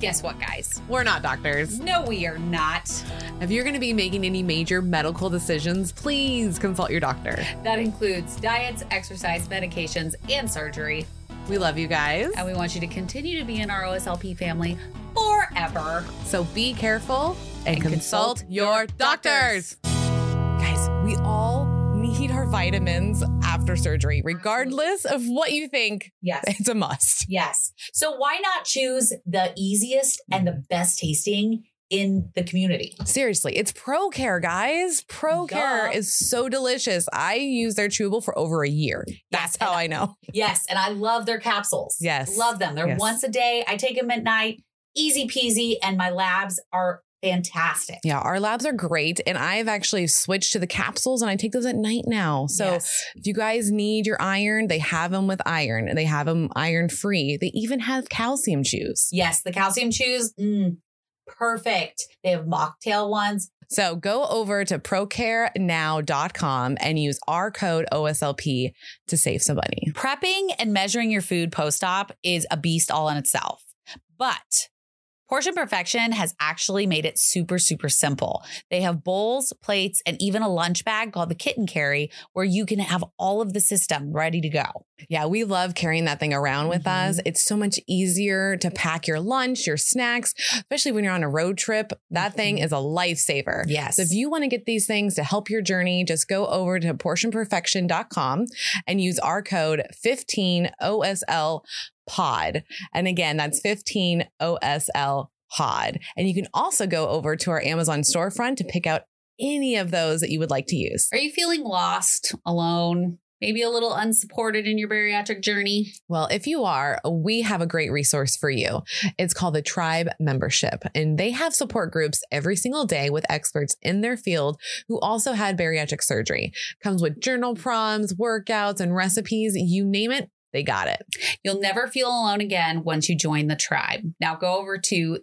Guess what, guys? We're not doctors. No, we are not. If you're going to be making any major medical decisions, please consult your doctor. That includes diets, exercise, medications, and surgery. We love you guys. And we want you to continue to be in our OSLP family forever. So be careful and, and consult, consult, your doctors. Guys, we all need our vitamins after surgery, regardless of what you think. Yes. It's a must. Yes. So why not choose the easiest and the best tasting? In the community. Seriously, it's Pro Care, guys. Pro Care is so delicious. I use their chewable for over a year. That's yes, how I know. Yes. And I love their capsules. Yes. Love them. They're yes. once a day. I take them at night easy peasy and my labs are fantastic. Yeah, our labs are great and I've actually switched to the capsules and I take those at night now. So yes. if you guys need your iron, they have them with iron and they have them iron free. They even have calcium chews. Yes, the calcium chews, mm, perfect. They have mocktail ones. So go over to procarenow.com and use our code OSLP to save some money. Prepping and measuring your food post-op is a beast all in itself. But Portion Perfection has actually made it super, super simple. They have bowls, plates, and even a lunch bag called the kitten carry where you can have all of the system ready to go. Yeah, we love carrying that thing around with mm-hmm. us. It's so much easier to pack your lunch, your snacks, especially when you're on a road trip. That mm-hmm. thing is a lifesaver. Yes. So if you want to get these things to help your journey, just go over to portionperfection.com and use our code 15OSL pod. And again, that's 15 OSL pod. And you can also go over to our Amazon storefront to pick out any of those that you would like to use. Are you feeling lost, alone? Maybe a little unsupported in your bariatric journey. Well, if you are, we have a great resource for you. It's called the Tribe Membership, and they have support groups every single day with experts in their field who also had bariatric surgery. Comes with journal prompts, workouts, and recipes. You name it, they got it. You'll never feel alone again once you join the tribe. Now go over to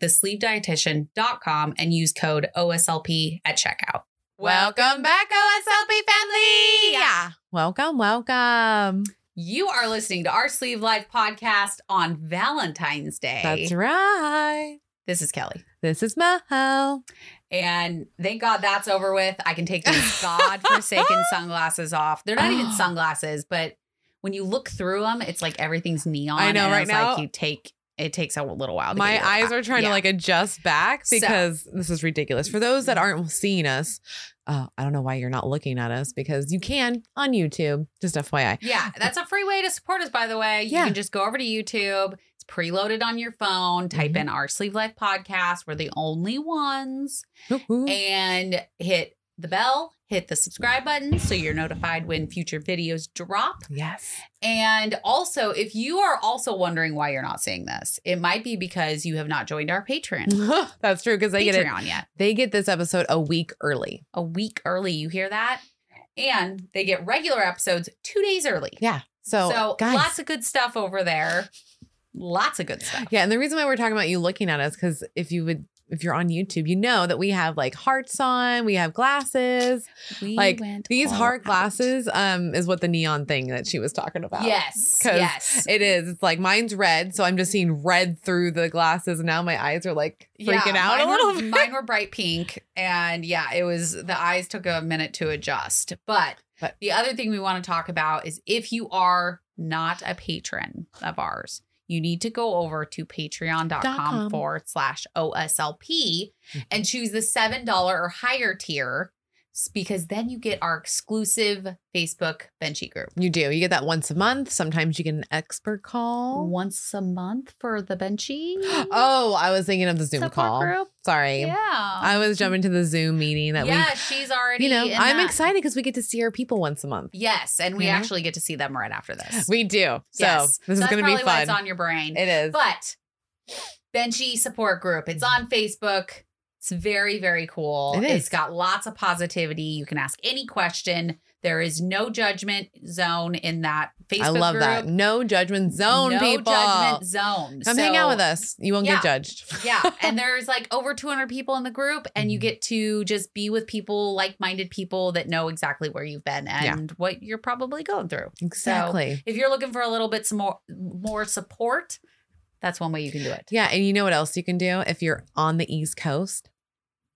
thesleepdietitian.com and use code OSLP at checkout. Welcome back, OSLP family. Yeah. Welcome, welcome. You are listening to our Sleeve Life podcast on Valentine's Day. That's right. This is Kelly. This is Mel. And thank God that's over with. I can take these godforsaken sunglasses off. They're not even sunglasses, but when you look through them, it's like everything's neon. I know, right it's now. Like you take it takes a little while. My eyes are trying yeah. to like adjust back because so. this is ridiculous. For those that aren't seeing us, uh, I don't know why you're not looking at us because you can on YouTube. Just FYI. Yeah, that's a free way to support us. By the way, you yeah. can just go over to YouTube. It's preloaded on your phone. Type mm-hmm. in our Sleeve Life podcast. We're the only ones, Ooh-hoo. and hit the bell, hit the subscribe button so you're notified when future videos drop. Yes. And also, if you are also wondering why you're not seeing this, it might be because you have not joined our Patreon. That's true because they Patreon get Mm-hmm. it yet. They get this episode a week early. A week early, you hear that? And they get regular episodes 2 days early. Yeah. So, so guys. lots of good stuff over there. Lots of good stuff. Yeah, and the reason why we're talking about you looking at us cuz if you would if you're on YouTube, you know that we have like hearts on, we have glasses. We like these heart out. glasses um is what the neon thing that she was talking about. Yes. Yes. It is. It's like mine's red, so I'm just seeing red through the glasses and now my eyes are like freaking yeah, out a little were, bit. Mine were bright pink and yeah, it was the eyes took a minute to adjust. But but the other thing we want to talk about is if you are not a patron of ours, you need to go over to patreon.com forward slash OSLP Mm-hmm. and choose the $7 or higher tier because then you get our exclusive Facebook Benchy group. You do. You get that once a month. Sometimes you get an expert Oh. call. Once a month for the Benchy. oh, I was thinking of the Zoom Support call. Group. Sorry. Yeah. I was jumping to the Zoom meeting that yeah, we. Yeah, she's already. You know, I'm that. excited because we get to see our people once a month. Yes, and we mm-hmm. actually get to see them right after this. We do. So yes. this so is going to be fun. It's on your brain. It is. But Benchy support group. It's on Facebook. It's very, very cool. It is. It's got lots of positivity. You can ask any question. There is no judgment zone in that Facebook I love group. that. No judgment zone, no people. judgment zone. Come so, hang out with us. You won't yeah. get judged. yeah. And there's like over 200 people in the group, and Mm-hmm. you get to just be with people, like minded people that know exactly where you've been and yeah. what you're probably going through. Exactly. So if you're looking for a little bit some more, more support, That's one way you can do it. Yeah, and you know what else you can do if you're on the East Coast?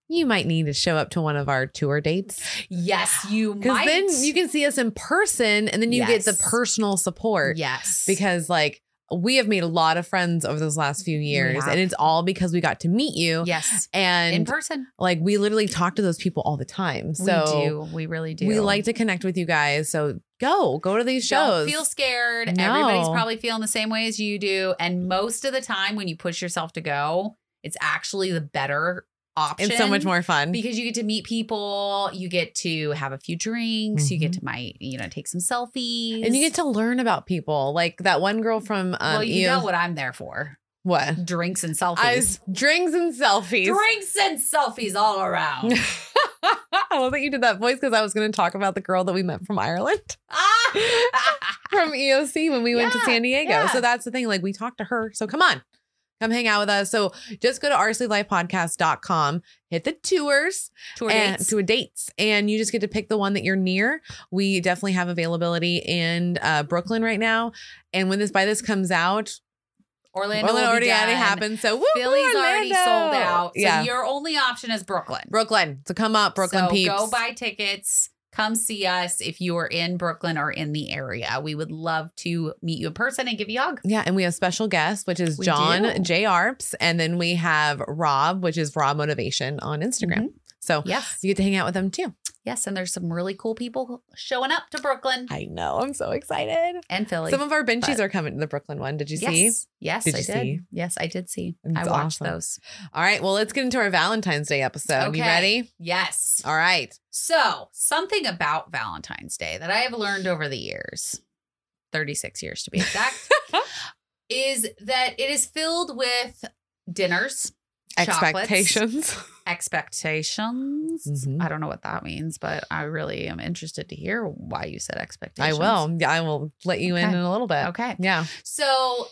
You might need to show up to one of our tour dates Yes, you because might. then you can see us in person, and then you get the Yes. personal support. Yes. because like we have made a lot of friends over those last few years, have. and it's all because we got to meet you. yes, in And person. like we literally talk to those people all the time. So we do. We really do. we, like to connect with you guys. So go, go to these shows. Don't feel scared. No. Everybody's probably feeling the same way as you do. And most of the time, when you push yourself to go, it's actually the better option. it's so much more fun. because you get to meet people, you get to have a few drinks, you get to might you know take some selfies, Mm-hmm. and you get to learn about people. Like that one girl from um, well, you EO know what I'm there for: what? drinks and selfies. I was drinks and selfies. Drinks and selfies all around. I love that you did that voice because I was going to talk about the girl that we met from Ireland Ah! from EOC when we went to Yeah, San Diego. yeah. So that's the thing. Like we talked to her. So come on, come hang out with us. So just go to rslifepodcast.com, hit the tours, Tour and dates. to a dates and you just get to pick the one that you're near we definitely have availability in uh, brooklyn right now and when this by this comes out Orlando, brooklyn will be already already done. happened so woo, Philly's already sold Orlando! out. So yeah your only option is Brooklyn. brooklyn so come up brooklyn so peeps Go buy tickets. Come see us if you are in Brooklyn or in the area. We would love to meet you in person and give you a hug. yeah, and we have special guests, which is We do. John J. Arps, and then we have Rob, which is Rob Motivation on Instagram. Mm-hmm. So Yes. you get to hang out with them too. Yes. And there's some really cool people showing up to Brooklyn I know, I'm so excited. and Philly. Some of our benchies but- are coming to the Brooklyn one. Did you see? yes. Yes, Did I you did. see? Yes, I did see. It's I watched awesome. those. All right, well, let's get into our Valentine's Day episode. Okay. You ready? Yes. All right. So, something about Valentine's Day that I have learned over the years, 36 years to be exact, is that it is filled with dinners, chocolates, Expectations. expectations. Mhm. I don't know what that means, but I really am interested to hear why you said I expectations. will. Yeah, I will let you in Okay. in a little bit. Okay. Yeah. So,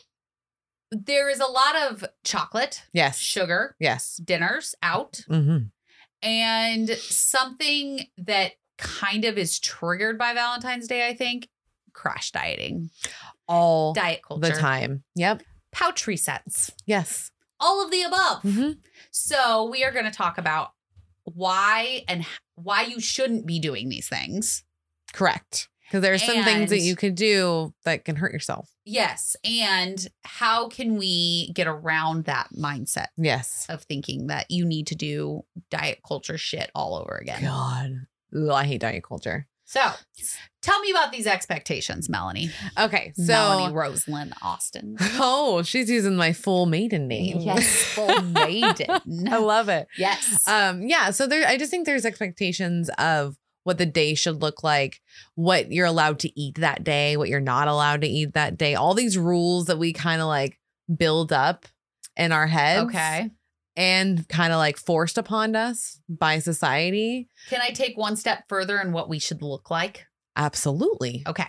there is a lot of chocolate, Yes. sugar, Yes. dinners out, Mm-hmm. and something that kind of is triggered by Valentine's Day, I think, crash dieting, All diet culture, the time. Yep. pouch resets, Yes. all of the above. hmm So we are going to talk about why and h- why you shouldn't be doing these things. Correct. Because there's some things that And- you could do that can hurt yourself. Yes, and how can we get around that mindset Yes. of thinking that you need to do diet culture shit all over again? God. Ugh, I hate diet culture. So, tell me about these expectations, Melanie. Okay. So. Melanie Roselyn Austin. Oh, she's using my full maiden name. Yes, full I maiden. love it. Yes. um yeah so there i just think there's expectations of what the day should look like what you're allowed to eat that day what you're not allowed to eat that day all these rules that we kind of like build up in our heads okay. and kind of like forced upon us by society Can I take one step further in what we should look like? absolutely Okay.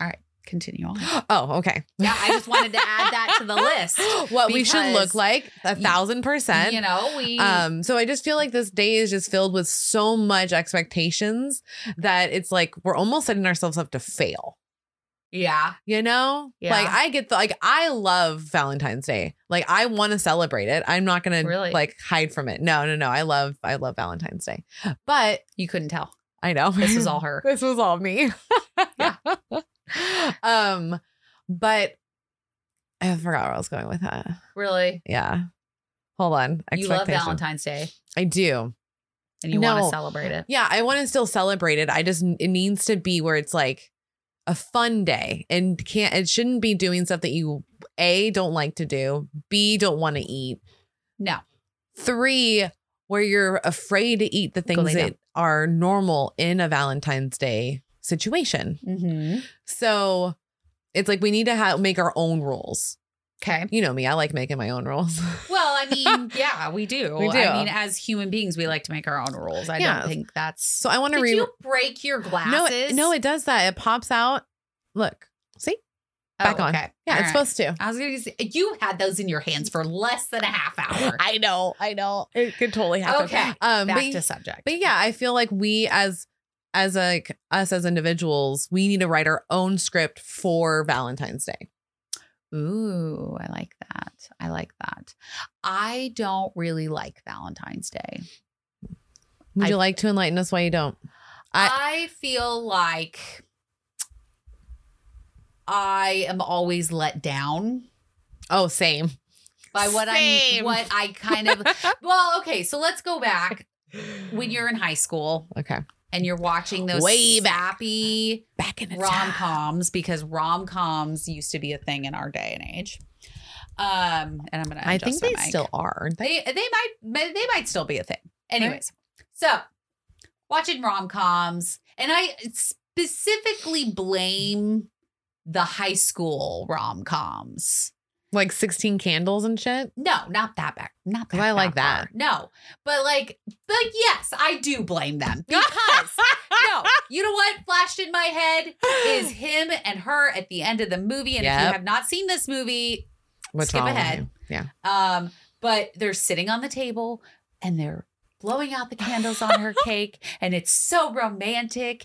All right. Continue on. oh okay Yeah, I just wanted to add that to the list. what we should Because, look like a y- thousand percent You know, we Um, so I just feel like this day is just filled with so much expectations that it's like we're almost setting ourselves up to fail. yeah, You know? Yeah. Like I get the like I love Valentine's Day. Like I want to celebrate it. I'm not gonna Really? like hide from it. No, no, no. I love I love Valentine's Day. But you couldn't tell. I know. This is all her. this was all me. Yeah. um but I forgot where I was going with that. Really? Yeah. Hold on. You love Expectation. Valentine's Day I do. and you want No. to celebrate it. Yeah, I want to still celebrate it. I just it needs to be where it's like a fun day and can't it shouldn't be doing stuff that you a don't like to do, b don't want to eat, No. three where you're afraid to eat the things lay that down. are normal in a Valentine's Day situation. Mm-hmm. So it's like we need to have make our own rules. Okay. You know me, I like making my own rules. Well, I mean, yeah, we do. We do. I mean, as human beings, we like to make our own rules. I Yeah. don't think that's. So I want to Did re you break your No, glasses? it, no, it does that. It pops out. Look. See? back on. Oh, Yeah, All it's right. supposed to. I was going to say, you had those in your hands for less than a half hour. I know, I know. It could totally happen. Okay, Um Back but, to subject. but yeah, I feel like we as as like us as individuals, we need to write our own script for Valentine's Day. Ooh, I like that. I like that. I don't really like Valentine's Day. Would I- you like to enlighten us why you don't? I, feel like I am always let down Oh, same. by what Same. I'm what I kind of well, okay, so let's go back when you're in high school Okay. and you're watching those Way back. sappy Back in the rom time. coms because rom coms used to be a thing in our day and age. Um, and I'm gonna. I think adjust my they mic. still are, aren't they? they they might may- they might still be a thing. Anyways, so watching rom coms, and I specifically blame the high school rom coms. Like 16 candles and shit. No, not that back. Not 'Cause back I far. like that. No, but like, but yes, I do blame them because no, you know what flashed in my head is him and her at the end of the movie. And if you Yep. have not seen this movie, What's Skip wrong with ahead. you? Yeah. Um, but they're sitting on the table and they're blowing out the candles on her cake, and it's so romantic.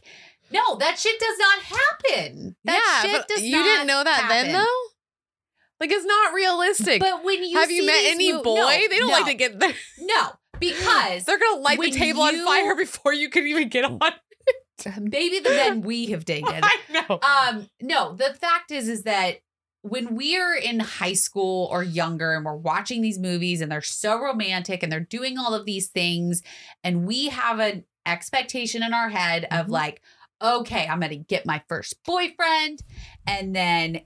No, that shit does not happen. That yeah, shit but does you not didn't know that then happen. though? Like it's not realistic. But when you Have you see met these any mo- boy? No, they don't no, like to get there. no because They're gonna light the when table on you- fire before you can even Oh, get on. maybe the men we have dated. I know. um no the fact is is that when we're in high school or younger and we're watching these movies and they're so romantic and they're doing all of these things and we have an expectation in our head of Mhm. like okay i'm gonna get my first boyfriend and then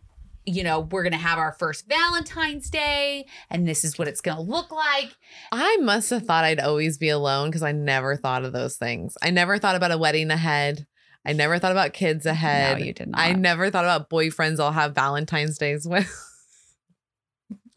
you know we're gonna have our first valentine's day and this is what it's gonna look like I must have thought I'd always be alone because I never thought of those things. I never thought about a wedding ahead. I never thought about kids ahead. no you did not I never thought about boyfriends I'll have Valentine's days with.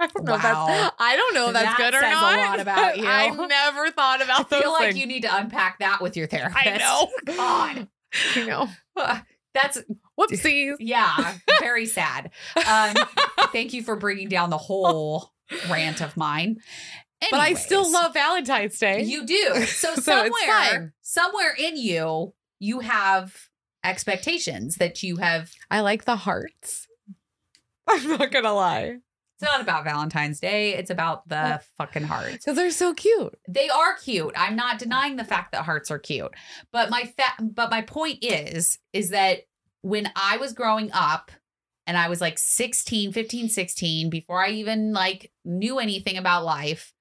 I don't know. If Wow. that's, I don't know if that's That good or says a not. lot about but I you. never thought about I those feel like things. you need to unpack that with your therapist I know. God. You know. that's Whoopsies. Yeah, very sad. Um, thank you for bringing down the whole rant of mine. But I still Anyways, love Valentine's Day. you. Do so, So it's fine. somewhere, somewhere in you, you have expectations that you have. I like the hearts. I'm not gonna lie. It's not about Valentine's Day. It's about the fucking hearts. Because they're so cute. They are cute. I'm not denying the fact that hearts are cute. But my fa- but my point is is that when I was growing up and I was like 16, 15, 16 before I even like knew anything about life,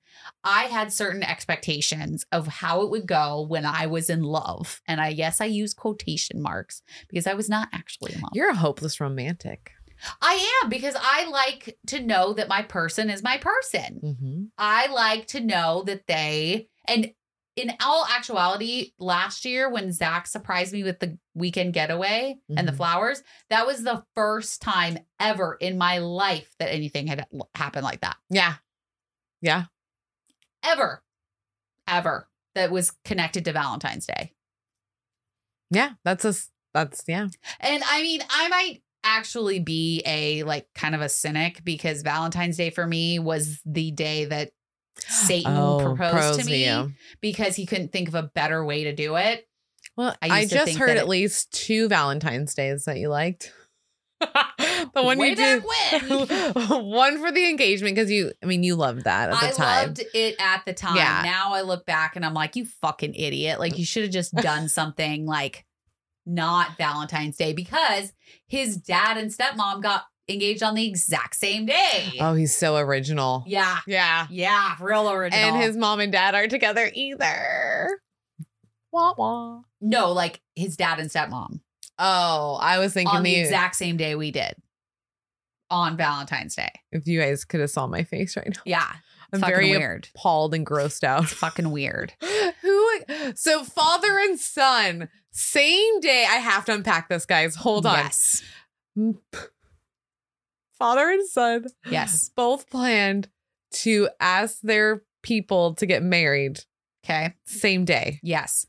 I had certain expectations of how it would go when I was in love. And I yes, I use quotation marks because I was not actually in love. You're a hopeless romantic. I am because I like to know that my person is my person. Mm-hmm. I like to know that they and in all actuality, last year when Zach surprised me with the weekend getaway and the Mhm. flowers, that was the first time ever in my life that anything had l- happened like that. Yeah. Yeah. Ever. Ever. That was connected to Valentine's Day. Yeah. That's a s- that's yeah. And I mean, I might actually be a like kind of a cynic because Valentine's Day for me was the day that Satan Oh, proposed, to me. you. because he couldn't think of a better way to do it. Well, I I, used to just think heard that at it- least two Valentine's days that you liked. the one way you back did. when. one for the engagement because you, I mean, you loved that at the I time. loved it at the time. Yeah. Now I look back and I'm like, you fucking idiot. Like you should have just done something like not Valentine's Day because his dad and stepmom got engaged on the exact same day. oh, he's so original. Yeah. Yeah. Yeah. Real original. And his mom and dad aren't together either. Wah wah. no, like his dad and stepmom Oh, I was thinking on the the- exact same day we did on Valentine's Day. if you guys could have saw my face right now. Yeah. I'm fucking very weird. appalled and grossed out. Fucking weird. Who? So father and son, same day. I have to unpack this, guys. Hold on. Mm. Yes. Father and son Yes. both planned to ask their people to get married Okay. same day. Yes.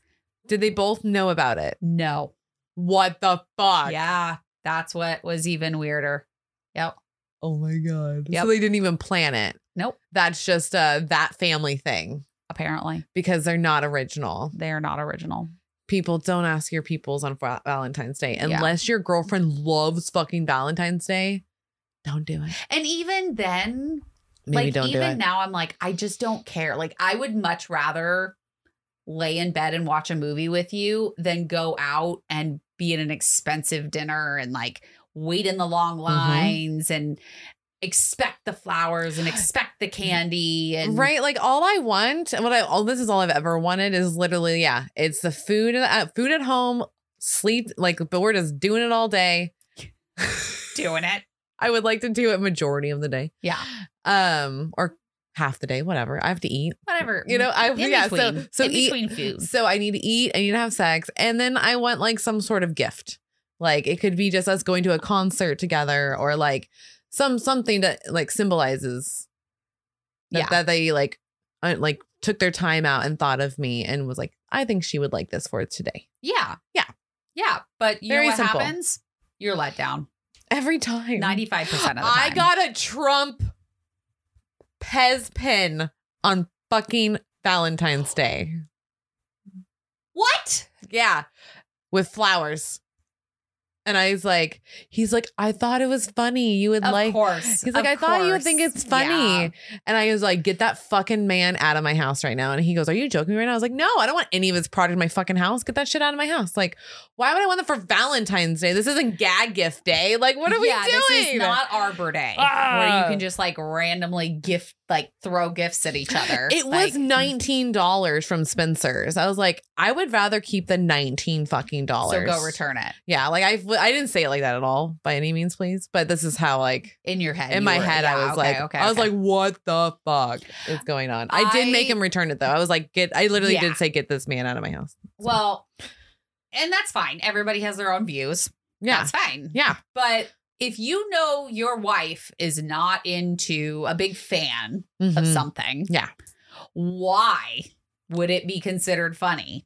Did they both know about it? No. What the fuck? Yeah, that's what was even weirder. Yep. Oh my god. Yep. So they didn't even plan it. Nope. That's just a that family thing Apparently, because they're not original. they are not original. People don't ask your peoples on Fa- Valentine's Day Yeah. unless your girlfriend loves fucking Valentine's Day. Don't do it. And even then, Maybe like don't even do it. now, I'm like, I just don't care. Like I would much rather lay in bed and watch a movie with you than go out and be at an expensive dinner and like wait in the long Mm-hmm. lines and expect the flowers and expect the candy and right like all i want and what i all this is all i've ever wanted is literally yeah it's the food uh, food at home sleep like but we're just doing it all day doing it. i would like to do it majority of the day Yeah. um or half the day whatever i have to eat Whatever. you know i in yeah between, so so e in eat between foods. so i need to eat i need to have sex and then i want like some sort of gift like it could be just us going to a concert together or like some something that like symbolizes that, Yeah. that they like uh, like took their time out and thought of me and was like i think she would like this for today Yeah. Yeah. Yeah. But you Very know what simple. happens? You're let down every time 95% of the time. i got a trump pez pin on fucking valentine's day what? Yeah, with flowers. And I was like, he's like, I thought it was funny. You would Of like. course. He's like, Of I thought you would course. think it's funny. Yeah. And I was like, get that fucking man out of my house right now. And he goes, Are you joking right now? I was like, No, I don't want any of his product in my fucking house. Get that shit out of my house. Like, why would I want them for Valentine's Day? This isn't gag gift day. Like, what are Yeah, we doing? This is not Arbor Day where Ah. you can just like randomly gift, like throw gifts at each other. It Like, was nineteen dollars from Spencer's. I was like, I would rather keep the nineteen fucking So dollars. go return it Yeah, like I I didn't say it like that at all by any means, please. But this is how like in your head. in you my were- head I yeah, was okay, like okay, I was okay. like what the fuck is going on? I, did make I- him return it though. I was like get I literally Yeah. did say get this man out of my house. well, and that's fine. Everybody has their own views. Yeah. That's fine. yeah. But if you know your wife is not into a big fan of Mhm. something. Yeah. Why would it be considered funny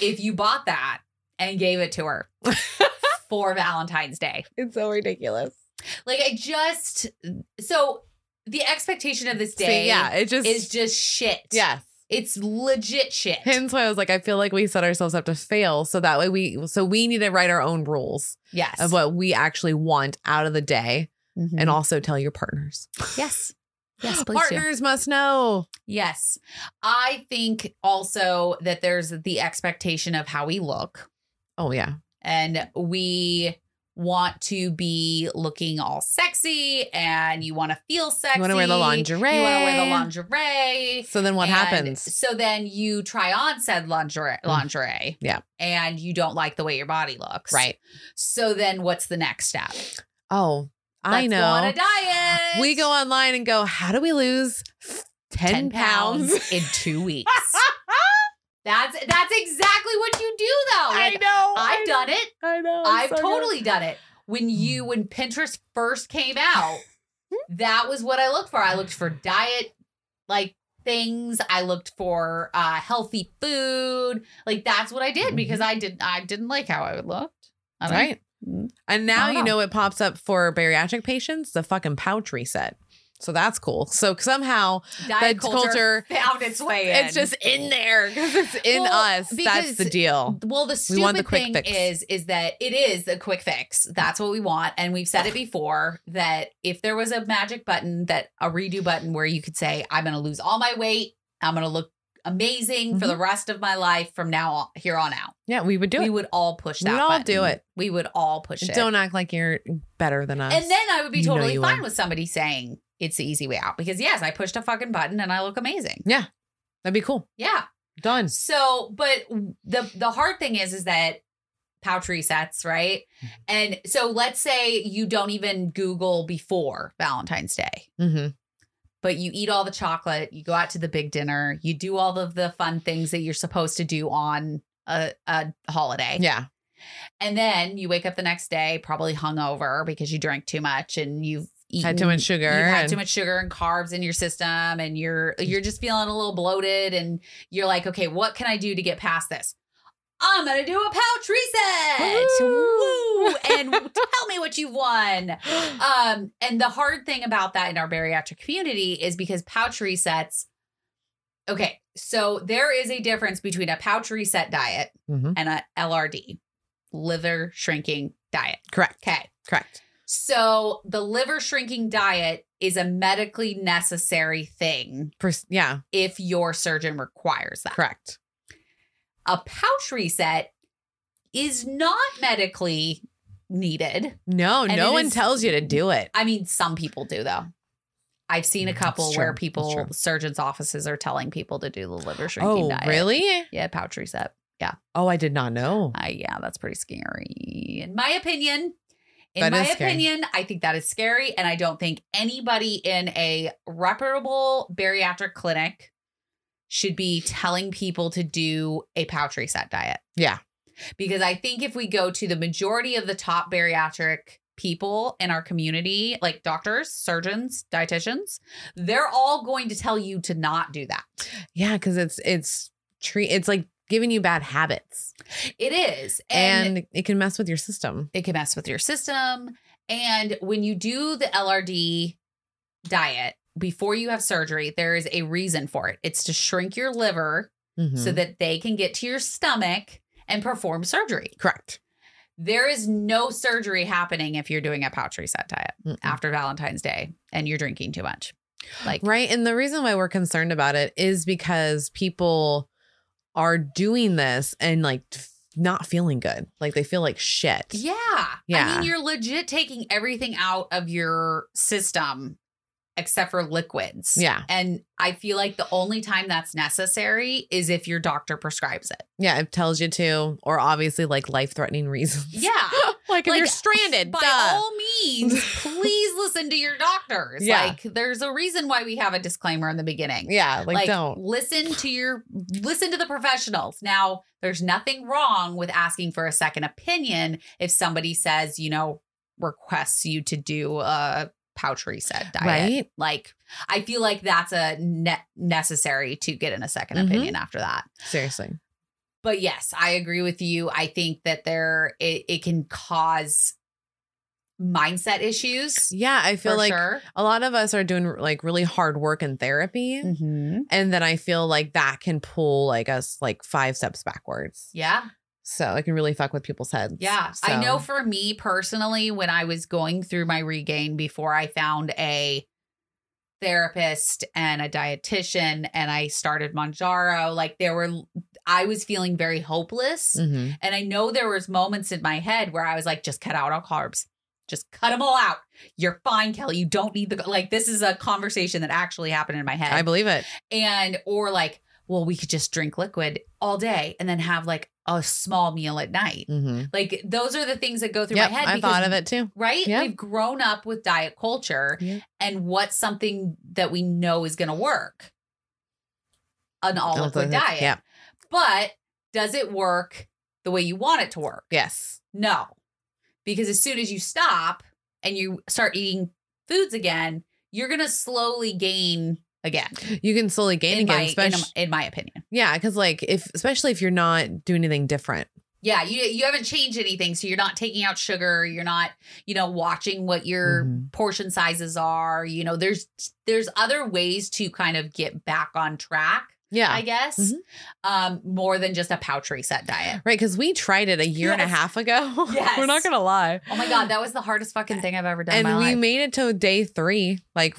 if you bought that and gave it to her for Valentine's Day? It's so ridiculous. Like I just so the expectation of this See, day yeah, it just is just shit. yes. It's legit shit. Hence why I was like, I feel like we set ourselves up to fail. So that way we so we need to write our own rules yes. of what we actually want out of the day Mhm. and also tell your partners. yes. Yes, please do. partners must know. Yes. I think also that there's the expectation of how we look. Oh yeah. and we want to be looking all sexy and you want to feel sexy. You want to wear the lingerie. You want to wear the lingerie. So then what And happens? So then you try on said lingerie, Mm. lingerie. Yeah. And you don't like the way your body looks. Right. So then what's the next step? Let's Oh, I Go on a know. diet. We go online and go, how do we lose 10, 10 pounds pounds? in two weeks. that's that's exactly what you do though. Like, know. I've done it. I know. I've so good. Mm. totally done it. When you when Pinterest first came out, that was what I looked for. I looked for diet like things. I looked for uh healthy food. Like that's what I did because I didn't I didn't like how I looked. I don't- Mm-hmm. Right. Mm. And now I you know. know it pops up for bariatric patients, the fucking pouch reset. So that's cool. So somehow Diet That culture, culture- found its way in. it's just in there because it's in Well, us. That's because the deal. well, the We stupid want the quick thing fix. is is that it is a quick fix. That's what we want, and we've said it before that if there was a magic button, that a redo button where you could say, "I'm going to lose all my weight. I'm going to look amazing for the rest of my life from now on, here on out." Yeah, we would Mm-hmm. do we it. would all push We'd that. all button. do it. We would all push it. Don't act like you're better than us. and then I would be You know totally you fine would. with somebody saying it's the easy way out because yes, I pushed a fucking button and I look amazing. That'd be cool. Yeah. Done. So, but the the hard thing is is that pouch resets, right? Mm-hmm. And so let's say you don't even Google before Valentine's Day, Mm-hmm. but you eat all the chocolate, you go out to the big dinner, you do all of the fun things that you're supposed to do on a, a holiday. Yeah. And then you wake up the next day probably hungover because you drank too much and you've eaten Had too much sugar. You've had and- too much sugar and carbs in your system, and you're you're just feeling a little bloated, and you're like, okay, what can I do to get past this? I'm gonna do a pouch reset. Woo! Woo! And tell me what you won. Um, and the hard thing about that in our bariatric community is because pouch resets. Okay, so there is a difference between a pouch reset diet Mhm. and a LRD, liver shrinking diet. Correct. Okay. Correct. So the liver shrinking diet is a medically necessary thing Pers- yeah, if your surgeon requires that. correct. A pouch reset is not medically needed. No, And no it one is- tells you to do it. I mean, some people do though. I've seen a Mm, couple that's where true. That's people, true. surgeons' offices are telling people to do the liver shrinking Oh, diet. really? Yeah, pouch reset. Oh, I did not know. Uh, yeah, that's pretty scary. In my opinion, in That my is scary. opinion, I think that is scary. And I don't think anybody in a reputable bariatric clinic should be telling people to do a pouch reset diet. Yeah. Because I think if we go to the majority of the top bariatric people in our community, like doctors, surgeons, dietitians, they're all going to tell you to not do that. Yeah, because it's it's treat it's like giving you bad habits. It is. And, it can mess with your system. it can mess with your system. And when you do the LRD diet before you have surgery, there is a reason for it. It's to shrink your liver so Mhm. that they can get to your stomach and perform surgery. correct. There is no surgery happening if you're doing a pouch reset diet Mm-mm. after Valentine's Day and you're drinking too much. Like Right. And the reason why we're concerned about it is because people are doing this and like f- not feeling good. Like they feel like shit. Yeah. I Yeah. mean, you're legit taking everything out of your system except for liquids. Yeah. And I feel like the only time that's necessary is if your doctor prescribes it. Yeah, It tells you to, or obviously like life threatening reasons. Yeah. like if Like, you're stranded, By duh. all means, please listen to your doctors. Yeah. Like there's a reason why we have a disclaimer in the beginning. yeah. Like, don't. listen to your listen to the professionals. Now, there's nothing wrong with asking for a second opinion if somebody says, you know, requests you to do a pouch reset diet. Right. Like, I feel like that's a ne- necessary to get in a 2nd Mhm. opinion after that. Seriously. But yes, I agree with you. I think that there it, it can cause mindset issues. Yeah. I feel for like sure. a lot of us are doing like really hard work in therapy. Mhm. And then I feel like that can pull like us like five steps backwards. Yeah. So it can really fuck with people's heads. Yeah. So- I know for me personally, when I was going through my regain before I found a therapist and a dietitian and I started Manjaro, like there were I was feeling very hopeless. Mhm. And I know there was moments in my head where I was like, just cut out all carbs. Just cut them all out. You're fine, Kelly. You don't need the like this is a conversation that actually happened in my head I believe it. and or like well we could just drink liquid all day and then have like a small meal at night Mm-hmm. like those are the things that go through Yep. my head I because- thought of it too. right Yeah. we've grown up with diet culture Yeah. and what's something that we know is going to work an all Oh, liquid the- diet Yeah. but does it work the way you want it to work Yes. no because as soon as you stop and you start eating foods again you're going to slowly gain again You can slowly gain in, again, my, in, especially in my opinion. yeah, because like if especially if you're not doing anything different. Yeah, you you haven't changed anything, so you're not taking out sugar. You're not, you know, watching what your Mhm. portion sizes are. You know, there's there's other ways to kind of get back on track. Yeah. I guess Mhm. um, more than just a pouch reset diet. right. Because we tried it a year and a Yes. half ago. Yes. We're not gonna lie. Oh my god, that was the hardest fucking thing I've ever done. And in we my life. made it to day three. Like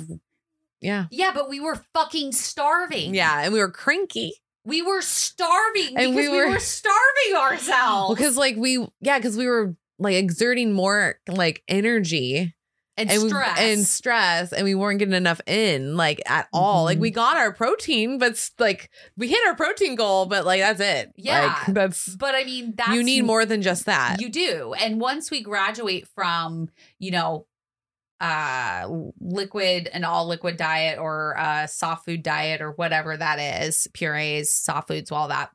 yeah. yeah, but we were fucking starving. Yeah. And we were cranky. we were starving because And we we were, were- starving ourselves because like we yeah because we were like exerting more like energy and, we- stress. and stress and we weren't getting enough in like at all like Mhm. we got our protein but s- like we hit our protein goal but like that's it Yeah. like, that's but I mean, that's you need more than just that You do. And once we graduate from, you know, uh liquid and all liquid diet or uh soft food diet or whatever that is, purees, soft foods, all that.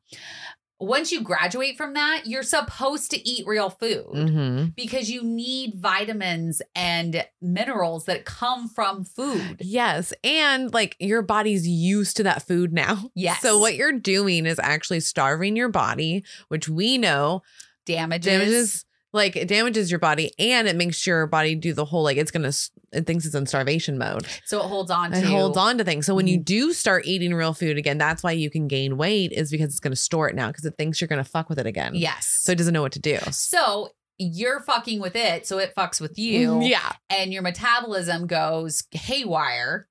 Once you graduate from that, you're supposed to eat real food Mhm. because you need vitamins and minerals that come from food. yes and like your body's used to that food now Yes. so what you're doing is actually starving your body which we know Damages. damages like it damages your body and it makes your body do the whole like it's gonna s- it thinks it's in starvation mode So it holds on to it holds on to things so when Mm-hmm. you do start eating real food again that's why you can gain weight is because it's gonna store it now because it thinks you're gonna fuck with it again Yes. so it doesn't know what to do So you're fucking with it, so it fucks with you. Mm, Yeah. And your metabolism goes haywire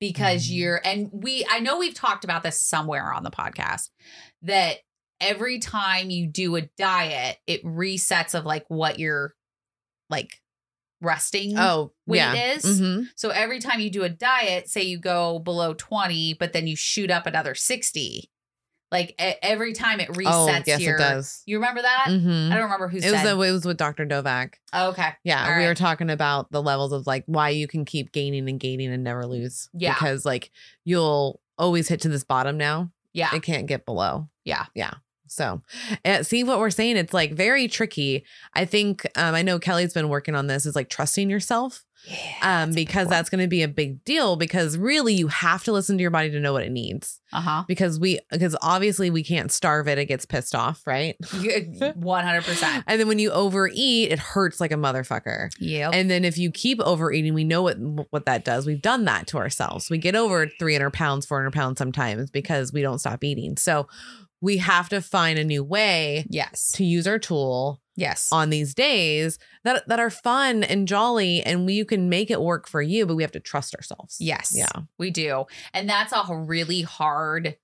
because Mhm. you're, and we, I know we've talked about this somewhere on the podcast that every time you do a diet, it resets of like what your like resting Oh, weight yeah. is. Mm-hmm. So every time you do a diet, say you go below 20, but then you shoot up another 60, like e- every time it resets Oh, yes, your. it does. You remember that? I Mm-hmm. don't remember who It was, said. the, it was with Dr. Novak. oh, okay. Yeah, All we right. were talking about the levels of like why you can keep gaining and gaining and never lose. Yeah. Because like you'll always hit to this bottom now. Yeah. It can't get below. Yeah. Yeah. So, and see what we're saying? It's like very tricky. I think, um, I know Kelly's been working on this is like trusting yourself Yeah. um, because that's going to be a big deal because really you have to listen to your body to know what it neds Uh huh. because we, because obviously we can't starve it. It gets pissed off. Right. uh, 100%. And then when you overeat, it hurts like a motherfucker. Yeah. And then if you keep overeating, we know what what that does. We've done that to ourselves. We get over 300 pounds, 400 pounds sometimes because we don't stop eating. So we have to find a new way Yes. to use our tool Yes. on these days that that are fun and jolly, and we, you can make it work for you. But we have to trust ourselves. Yes. Yeah. We do. And that's a really hard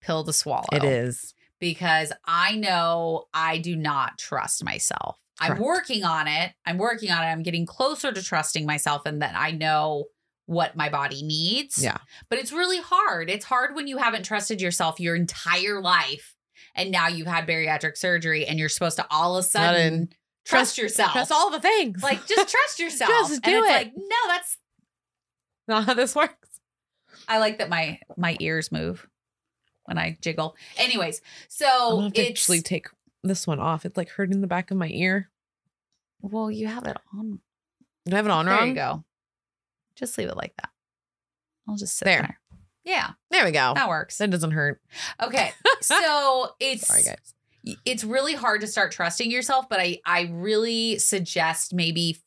pill to swallow. It is. because I know I do not trust myself. I'm Correct. working on it. I'm working on it. I'm getting closer to trusting myself and that I know what my body needs. Yeah. But it's really hard. It's hard when you haven't trusted yourself your entire life and now you've had bariatric surgery and you're supposed to all of a sudden Sudden. trust, yourself. Trust all the things. like just trust yourself. Just And do it's it. like, no, that's not how this works. I like that my my ears move when I jiggle. Anyways, I'm gonna so have to Oh, it's actually take this one off. It's like hurting the back of my ear. well, you have it on Do I have it on there wrong? you go. Just leave it like that. I'll just sit there. There. Oh. Yeah, There we go. that works. That doesn't hurt. Okay, so it's Sorry, guys. it's really hard to start trusting yourself, but I I really suggest maybe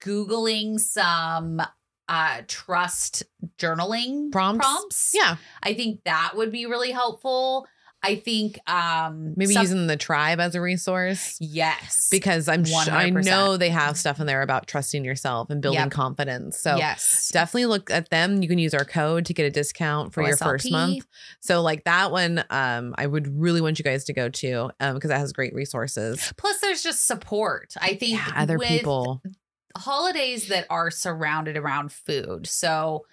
googling some uh trust journaling Prompts? Yeah. I think that would be really helpful. I think um maybe some- using the tribe as a resource yes because I'm sh- I 100%. know they have stuff in there about trusting yourself and building Yep. confidence. So yes definitely look at them. You can use our code to get a discount for your first OSLP. month. So like that one, um, I would really want you guys to go to um because that has great resources. Plus, there's just support. I think Yeah, other with people. holidays that are surrounded around food. So,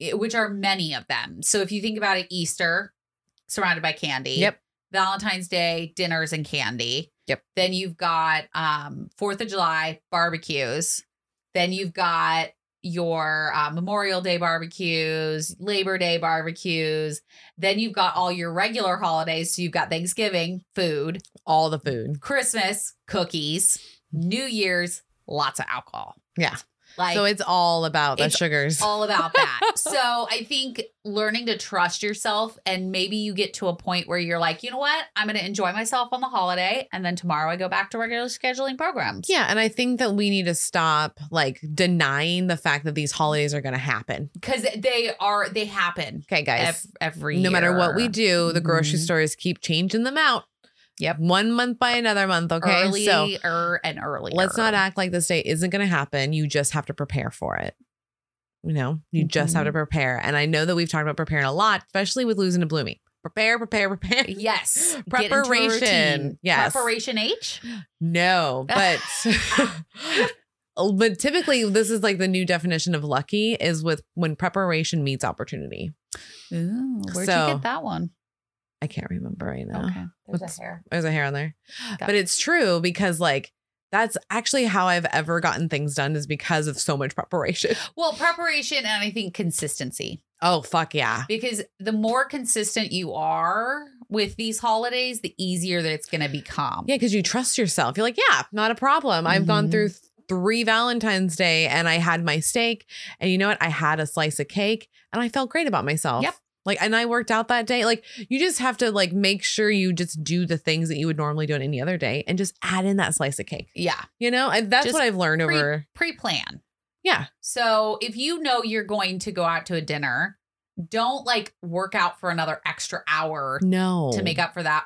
it- which are many of them. So, if you think about it, Easter surrounded by candy. Yep. Valentine's Day dinners and candy. Yep. Then you've got um 4th of July barbecues. Then you've got your uh, Memorial Day barbecues, Labor Day barbecues. Then you've got all your regular holidays. So you've got Thanksgiving, food, All the food. Christmas, cookies, New Year's, lots of alcohol. Yeah. Like so it's all about the It's sugars. all about that. so I think learning to trust yourself and maybe you get to a point where you're like, you know what? I'm going to enjoy myself on the holiday and then tomorrow I go back to regular scheduling programs. yeah, and I think that we need to stop like denying the fact that these holidays are going to happen. Cuz they are they happen Okay, guys. ev- every no matter what we year. do, the grocery Mhm. stores keep changing them out. Yep. One month by another month. Okay. earlier so and earlier. let's not act like this day isn't going to happen. You just have to prepare for it. You know, you just Mm-hmm. have to prepare. And I know that we've talked about preparing a lot, especially with losing to Bloomy. Prepare, prepare, prepare. Yes. Get into a Preparation. routine. Yes. Preparation H? No, but but typically this is like the new definition of lucky is with when preparation meets opportunity. Ooh, where'd you So- get that one? I can't remember right now. Okay. There's What's- a hair. There's a hair on there. Got but it's true because like that's actually how I've ever gotten things done is because of so much preparation. Well, preparation and I think consistency Oh fuck yeah. because the more consistent you are with these holidays, the easier that it's going to become. Yeah, because you trust yourself. You're like, yeah, not a problem. I've Mhm. gone through th- three Valentine's Day and I had my steak. And you know what? I had a slice of cake and I felt great about myself. Yep. Like and I worked out that day. Like you just have to like make sure you just do the things that you would normally do on any other day and just add in that slice of cake. Yeah, You know, and that's Just what I've learned pre- over pre-plan. Yeah. So, if you know you're going to go out to a dinner, don't like work out for another extra hour no to make up for that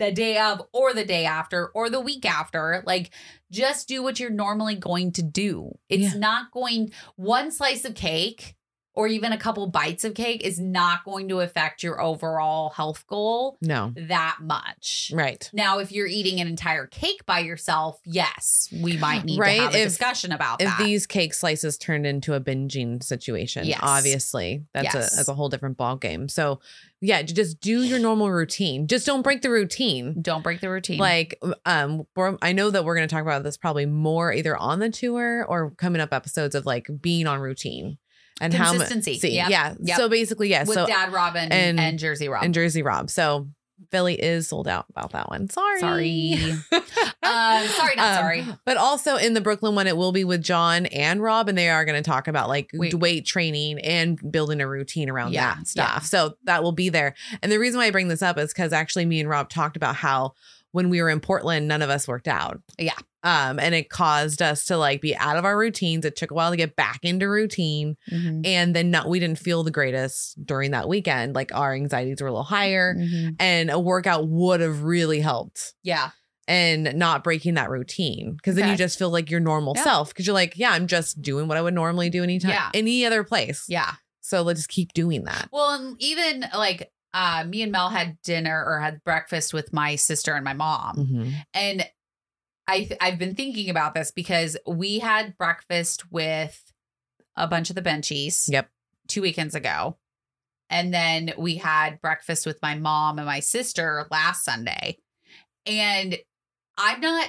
the day of or the day after or the week after. Like just do what you're normally going to do. It's Yeah. not going one slice of cake or even a couple bites of cake is not going to affect your overall health goal No. that much. Right. Now, if you're eating an entire cake by yourself, yes, we might need Right, to have a if- discussion about If that. these cake slices turned into a binging situation, Yes. obviously that's Yes. a that's a whole different ball game. So, yeah, j- just do your normal routine. Just don't break the routine. Don't break the routine. Like, um, we're, I know that we're going to talk about this probably more either on the tour or coming up episodes of like being on routine and Consistency. how Yep. much. Yeah. Yep. So basically, yeah. with so Dad Robin and- and, Jersey Rob. and Jersey Rob. So Philly is sold out about that one. Sorry. sorry. um, sorry, not Um, sorry. But also in the Brooklyn one, it will be with John and Rob, and they are going to talk about like Wait. weight training and building a routine around Yeah, that stuff. So that will be there. And the reason why I bring this up is because actually me and Rob talked about how when we were in Portland, none of us worked out. Yeah. Um, and it caused us to like be out of our routines. It took a while to get back into routine, Mhm. and then not we didn't feel the greatest during that weekend. Like our anxieties were a little higher, Mhm. and a workout would have really helped Yeah. and not breaking that routine because then you Okay. just feel like your normal Yeah. self because you're like yeah i'm just doing what i would normally do anytime Yeah. any other place Yeah. so let's just keep doing that Well, and even like uh, me and Mel had dinner or had breakfast with my sister and my mom. Mm-hmm. And I th- I've been thinking about this because we had breakfast with a bunch of the benchies. Yep. Two weekends ago. And then we had breakfast with my mom and my sister last Sunday. And I'm not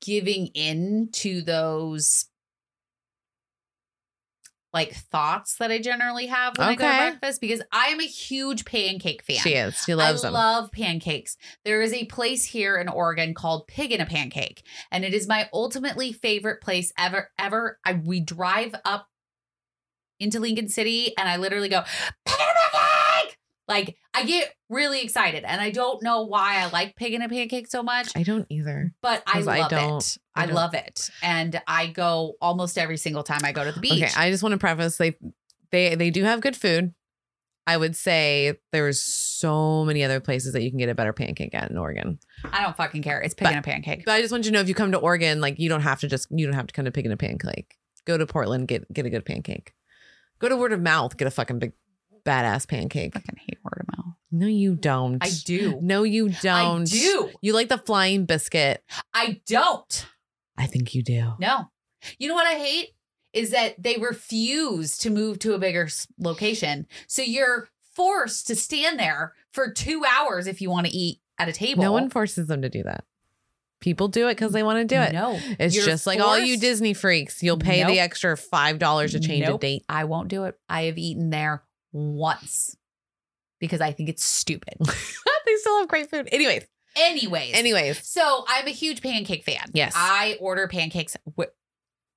giving in to those like thoughts that I generally have when I go Okay. to breakfast because I am a huge pancake fan. she is she loves I them love pancakes. There is a place here in Oregon called Pig in a Pancake, and it is my ultimately favorite place ever. Ever, I we drive up into Lincoln City, and I literally go Pig in a Pancake. Like I get really excited, and I don't know why I like Pig in a Pancake so much, i don't either but I 'Cause I love don't- it. I I, don't- love it, and I go almost every single time I go to the beach. okay i just want to preface they they they do have good food i would say there's so many other places that you can get a better pancake at in oregon I, don't fucking care. It's Pig But- in a Pancake. but i just want you to know if you come to oregon like you don't have to just you don't have to come to picking a pancake go to portland get get a good pancake go to word of mouth get a fucking big badass pancake I fucking hate word of mouth. No, you don't. I do. No, you don't. I do. You like the flying biscuit. I don't. I think you do. No. You know what I hate is that they refuse to move to a bigger s- location. So you're forced to stand there for 2 hours if you want to eat at a table. No one forces them to do that. People do it because they want to do it. No. It's You're just like all you forced- Disney freaks. You'll pay Nope. the extra five dollars to change a Nope. date. I won't do it. I have eaten there once because I think it's stupid. they still have great food. Anyways, Anyways, anyways, so I'm a huge pancake fan. Yes. I order pancakes w-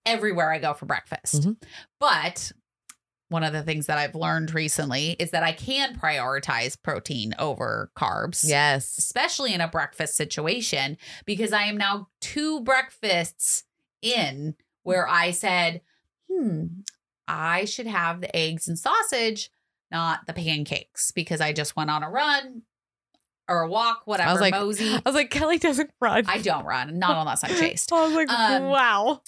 everywhere I go for breakfast. Mhm. But one of the things that I've learned recently is that I can prioritize protein over carbs. yes, especially in a breakfast situation, because I am now two breakfasts in where I said, hmm, I should have the eggs and sausage, not the pancakes, because I just went on a run or a walk, whatever, I was like, mosey. I was like, Kelly doesn't run. I don't run, not unless I'm chased. I was like, Um, wow.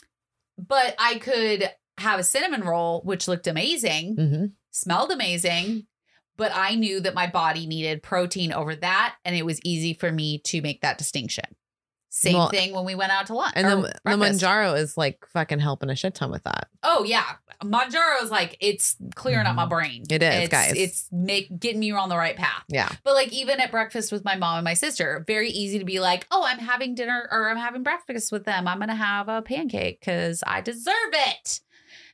But I could have a cinnamon roll, which looked amazing. Mm. Mm-hmm. smelled amazing, but I knew that my body needed protein over that. And it was easy for me to make that distinction. Same Well, thing when we went out to lunch. And or the, the breakfast. Manjaro is like fucking helping a shit ton with that. Oh, yeah. Manjaro is like, it's clearing up my Mhm. brain. It is, it's, guys. It's make, getting me on the right path. Yeah. But like, even at breakfast with my mom and my sister, very easy to be like, oh, I'm having dinner or I'm having breakfast with them. I'm going to have a pancake because I deserve it.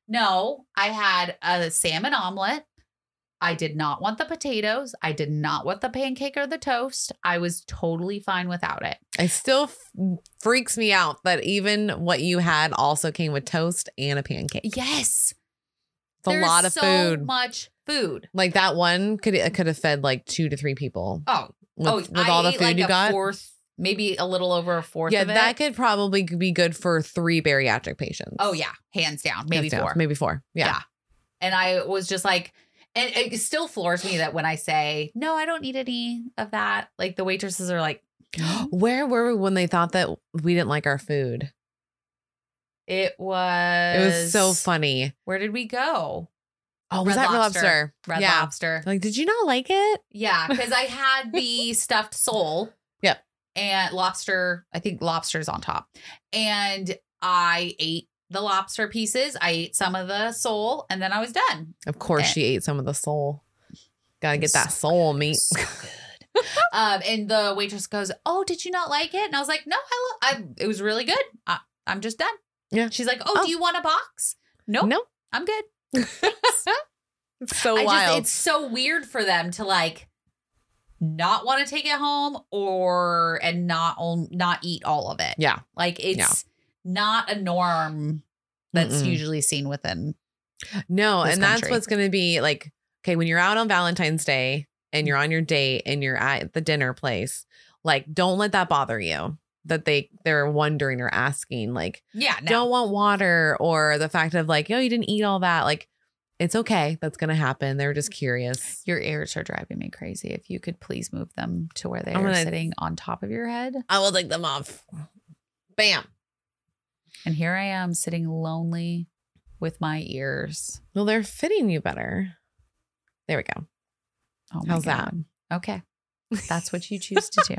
No, I had a salmon omelet. I did not want the potatoes. I did not want the pancake or the toast. I was totally fine without it. It still f- freaks me out that even what you had also came with toast and a pancake. It's Yes. a there's lot of so food. much food. like that one could it could have fed like two to three people Oh, with, oh, with I all the ate food like you a got. Fourth, maybe a little over a fourth yeah, of it. that could probably be good for three bariatric patients. oh yeah, hands down, maybe Hands down. four. maybe four. Yeah, Yeah. And I was just like, and it still floors me that when I say, no, I don't need any of that, like the waitresses are like, Where were we when they thought that we didn't like our food? It was. It was so funny. Where did we go? Oh, was Red that Red Lobster. Lobster? Red yeah. Lobster. Like, did you not like it? Yeah, because I had the stuffed sole. Yep. And lobster, I think lobster's on top. And I ate the lobster pieces. I ate some of the sole and then I was done. Of course, Eh. she ate some of the soul. Gotta get So that soul meat. So good. um, and the waitress goes, Oh, did you not like it? And I was like, No, I, lo- I it was really good. I, I'm just done. Yeah. She's like, Oh, Oh. do you want a box? Nope. No, I'm good. it's so I wild. just it's so weird for them to like not want to take it home or and not own not eat all of it. yeah, Like it's Yeah. not a norm that's Mm-mm. usually seen within. no, this and that's country. what's gonna be like. Okay, when you're out on Valentine's Day and you're on your date and you're at the dinner place, like, don't let that bother you. That they they're wondering or asking, like, Yeah, no. don't want water or the fact of like, yo, you didn't eat all that. Like, it's okay. That's gonna happen. They're just curious. your ears are driving me crazy. If you could please move them to where they I'm are gonna- sitting on top of your head. I will take them off. Bam. And here I am sitting lonely with my ears. Well, they're fitting you better. There we go. Oh my How's that? God. Okay. That's what you choose to do.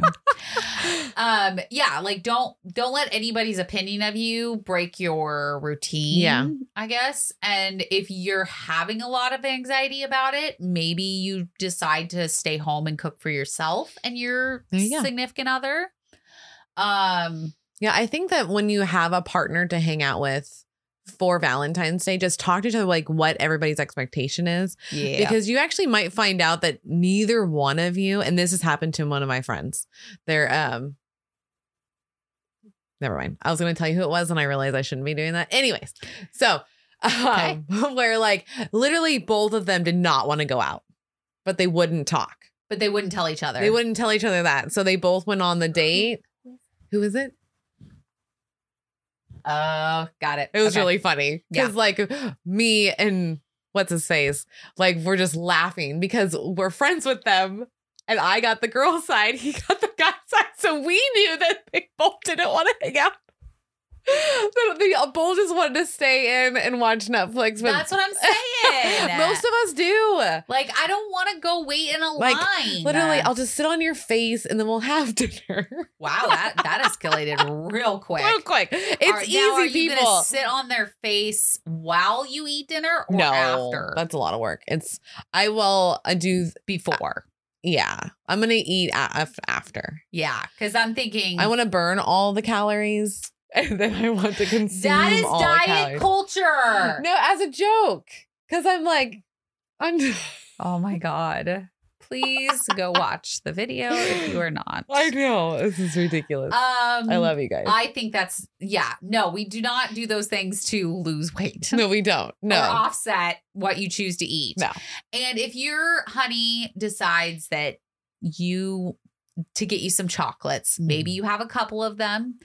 um yeah like don't don't let anybody's opinion of you break your routine Yeah. i guess and if you're having a lot of anxiety about it maybe you decide to stay home and cook for yourself and your There you go. significant other um Yeah, I think that when you have a partner to hang out with for Valentine's Day, just talk to each other like what everybody's expectation is. yeah Because you actually might find out that neither one of you, and this has happened to one of my friends. They're um never mind. I was gonna tell you who it was and I realized I shouldn't be doing that. Anyways, so um, where like literally both of them did not want to go out, but they wouldn't talk. but they wouldn't tell each other They wouldn't tell each other that. So they both went on the date. Who is it? oh got it It was Okay. really funny Yeah. because like me and what's his face, like we're just laughing because we're friends with them. And I got the girl side, he got the guy side. So we knew that they both didn't want to hang out. That they both just wanted to stay in and watch Netflix. But that's what i'm saying most of us do. like i don't want to go wait in a Like, line Literally, I'll just sit on your face and then we'll have dinner. wow that that escalated real quick Real quick. It's Are- easy, now, are you people. gonna sit on their face while you eat dinner or no, after? that's a lot of work. It's I will uh, do before. Yeah, I'm gonna eat a- af- after. yeah, because I'm thinking I want to burn all the calories, and then I want to consume Mm. that is all the diet calories. culture. No, as a joke, because I'm like, I'm. Oh my god! Please go watch the video if you are not. I know this is ridiculous. Um, I love you guys. I think that's yeah. No, we do not do those things to lose weight. no, we don't. No, Or offset what you choose to eat. No. And if your honey decides that you to get you some chocolates, maybe Mm. you have a couple of them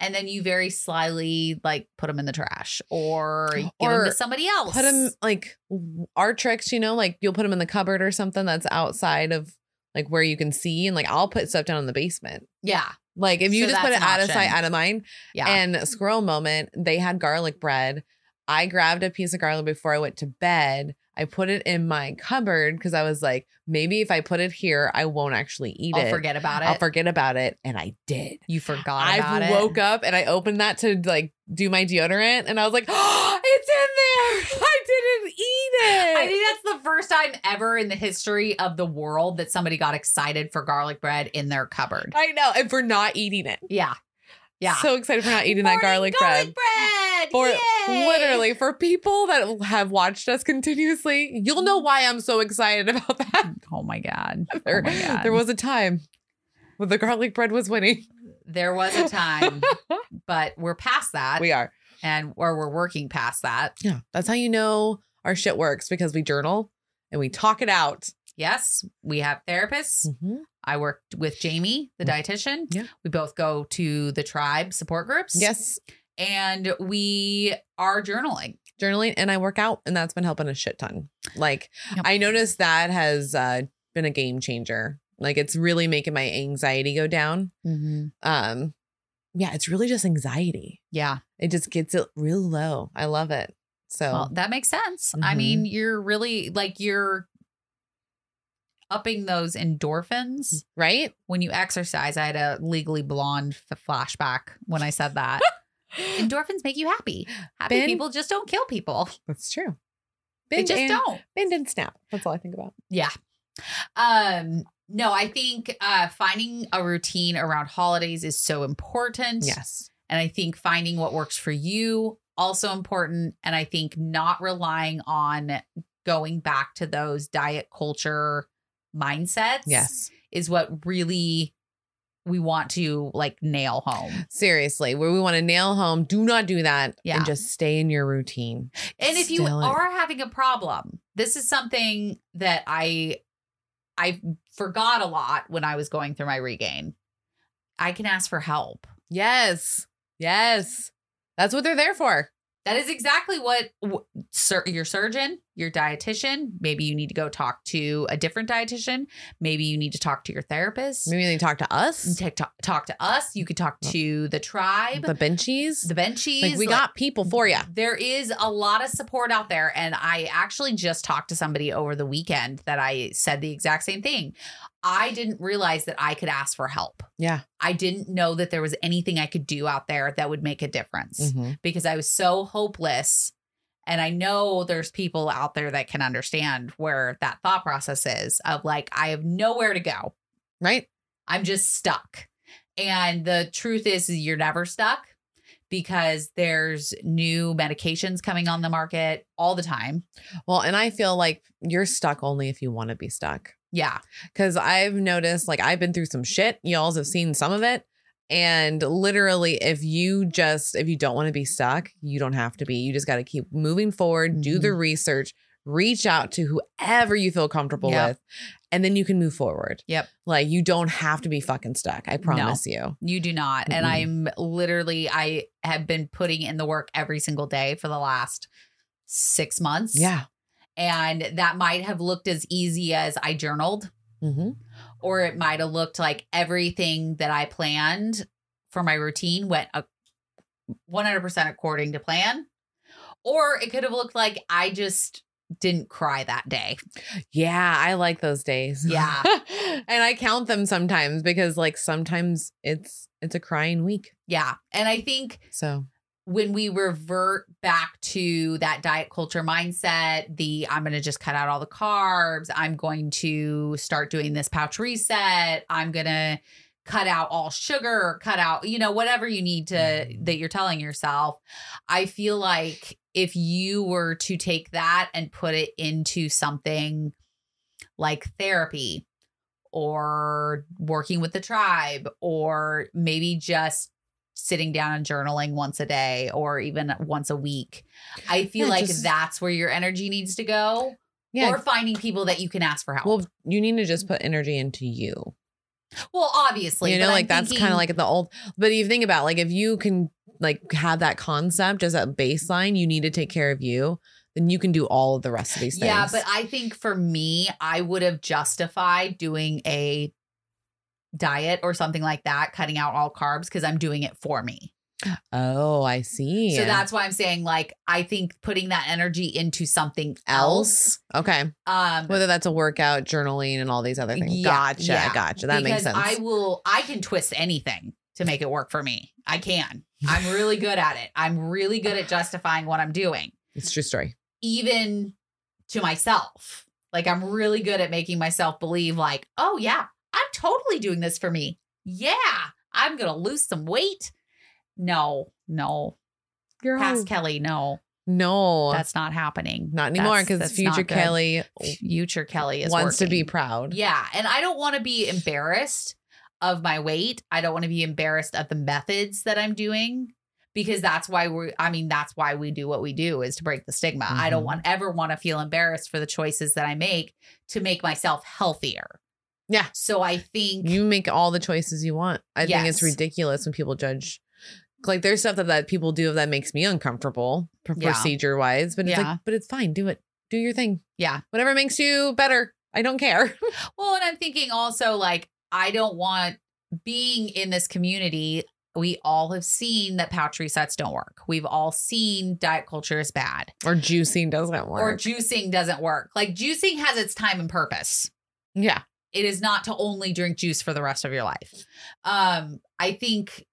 and then you very slyly like put them in the trash or give them Or to somebody else. put them like w- our tricks. You know, like you'll put them in the cupboard or something that's outside of like where you can see, and like I'll put stuff down in the basement. Yeah. Like if you So just put that's it an out of sight, option. out of mind. Yeah. And squirrel moment, they had garlic bread. I grabbed a piece of garlic before I went to bed. I put it in my cupboard because I was like, maybe if I put it here, I won't actually eat I'll it. forget about it. I'll forget about it. And I did. you forgot about I it. woke up and I opened that to like do my deodorant and I was like, oh, it's in there. I didn't I eat it. think that's the first time ever in the history of the world that somebody got excited for garlic bread in their cupboard. I know. And for not eating it. Yeah. Yeah. So excited for not eating that Morning garlic, bread. bread. for Yay! literally for people that have watched us continuously you'll know why i'm so excited about that Oh my god. there, oh my god. there was a time when the garlic bread was winning there was a time, but we're past that we are and or we're working past that. Uh, yeah that's how you know our shit works because we journal and we talk it out Yes, we have therapists. Mm-hmm. I worked with Jamie, the dietitian. Mm. Yeah. We both go to the tribe support groups. yes And we are journaling. journaling and i work out and that's been helping a shit ton like Yep. i noticed that has uh, been a game changer Like it's really making my anxiety go down. Mhm. Um, yeah, it's really just anxiety. Yeah. It just gets it real low. I love it. So Well, that makes sense. I Mhm. mean, you're really like you're upping those endorphins right, when you exercise. I had a legally blonde f- flashback when I said that. endorphins make you happy. Happy Ben- people just don't kill people. that's true. They Bend just and, don't. bend and snap. That's all I think about. Yeah. Um no, I think uh finding a routine around holidays is so important. Yes, And I think finding what works for you also important. And I think not relying on going back to those diet culture mindsets yes. is what really we want to like nail home. Seriously, where we want to nail home, do not do that, Yeah. and just stay in your routine. And if you Still it. are having a problem, this is something that I I forgot a lot when I was going through my regain. I can ask for help. Yes, yes, that's what they're there for. That is exactly what w- sur- your surgeon, your dietitian, maybe you need to go talk to a different dietitian, maybe you need to talk to your therapist. Maybe they talk to You us, take- talk, talk to us, you could talk to the tribe, the benchies. the benchies. Like we got people for you. there is a lot of support out there and i actually just talked to somebody over the weekend that i said the exact same thing i didn't realize that i could ask for help Yeah. i didn't know that there was anything i could do out there that would make a difference Mm-hmm. because i was so hopeless and i know there's people out there that can understand where that thought process is of like i have nowhere to go Right? I'm just stuck. And the truth is, is you're never stuck because there's new medications coming on the market all the time. Well, and I feel like you're stuck only if you want to be stuck. Yeah. Cause I've noticed, like, I've been through some shit. Y'all have seen some of it. And literally, if you just, if you don't want to be stuck, you don't have to be. You just got to keep moving forward, do Mm-hmm. the research, reach out to whoever you feel comfortable Yep. with, and then you can move forward. Yep. Like, you don't have to be fucking stuck. I promise you. You do not. And Mm-mm. I'm literally, I have been putting in the work every single day for the last six months. Yeah. And that might have looked as easy as I journaled hmm or it might have looked like everything that I planned for my routine went a- 100% according to plan. Or it could have looked like I just didn't cry that day. Yeah, I like those days. Yeah. and I count them sometimes because like sometimes it's it's a crying week. Yeah. And I think So when we revert back to that diet culture mindset, the I'm going to just cut out all the carbs, I'm going to start doing this pouch reset, I'm going to cut out all sugar, cut out, you know, whatever you need to Mm. that you're telling yourself. I feel like if you were to take that and put it into something like therapy or working with the tribe or maybe just sitting down and journaling once a day or even once a week. I feel Yeah, like just- that's where your energy needs to go yeah. or finding people that you can ask for help. Well, well, you need to just put energy into you. obviously, you but know, I'm like that's thinking- kind of like the old. But you think about like if you can like have that concept as a baseline, you need to take care of you. Then you can do all of the rest of these things. Yeah, but I think for me, I would have justified doing a diet or something like that, cutting out all carbs because I'm doing it for me. oh, I see. So that's why I'm saying like I think putting that energy into something else. else. Okay, Um whether that's a workout, journaling, and all these other things. Yeah, gotcha, yeah. gotcha. That makes because sense. I will I can twist anything to make it work for me. I can. I'm really good at it. I'm really good at justifying what I'm doing, it's a true story. even to myself. Like I'm really good at making myself believe like, "Oh yeah, I'm totally doing this for me. Yeah, I'm going to lose some weight." No, no. Girl. Past Kelly, no. No, That's not happening. not anymore That's- because that's future not good. Kelly future Kelly is wants to be working. proud. Yeah, and I don't want to be embarrassed of my weight. I don't want to be embarrassed of the methods that I'm doing Mm-hmm. because that's why we're. I mean, that's why we do what we do is to break the stigma. I don't Mhm. want ever want to feel embarrassed for the choices that I make to make myself healthier. Yeah. So I think You make all the choices you want. I think Yes. it's ridiculous when people judge. Like there's stuff that, that people do that makes me uncomfortable Yeah. procedure wise, but it's Yeah. like, but it's fine. Do it. Do your thing. Yeah. Whatever makes you better. I don't care. Well, and I'm thinking also like I don't want being in this community. We all have seen that pouch resets don't work. We've all seen diet culture is bad Or juicing doesn't work. or juicing doesn't work. Like juicing has its time and purpose. yeah. It is not to only drink juice for the rest of your life. Um, I think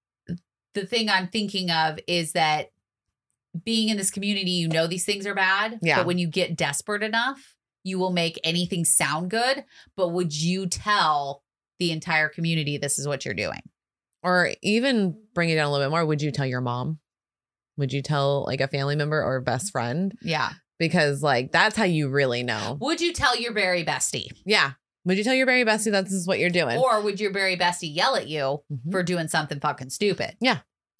the thing I'm thinking of is that being in this community, you know these things are bad. Yeah. But when you get desperate enough, you will make anything sound good. But would you tell the entire community this is what you're doing? Or even bring it down a little bit more. Would you tell your mom? Would you tell like a family member or a best friend? Yeah. Because like that's how you really know. Would you tell your berry bestie? Yeah. Would you tell your very bestie that this is what you're doing? Or would your berry bestie yell at you Mhm. for doing something fucking stupid?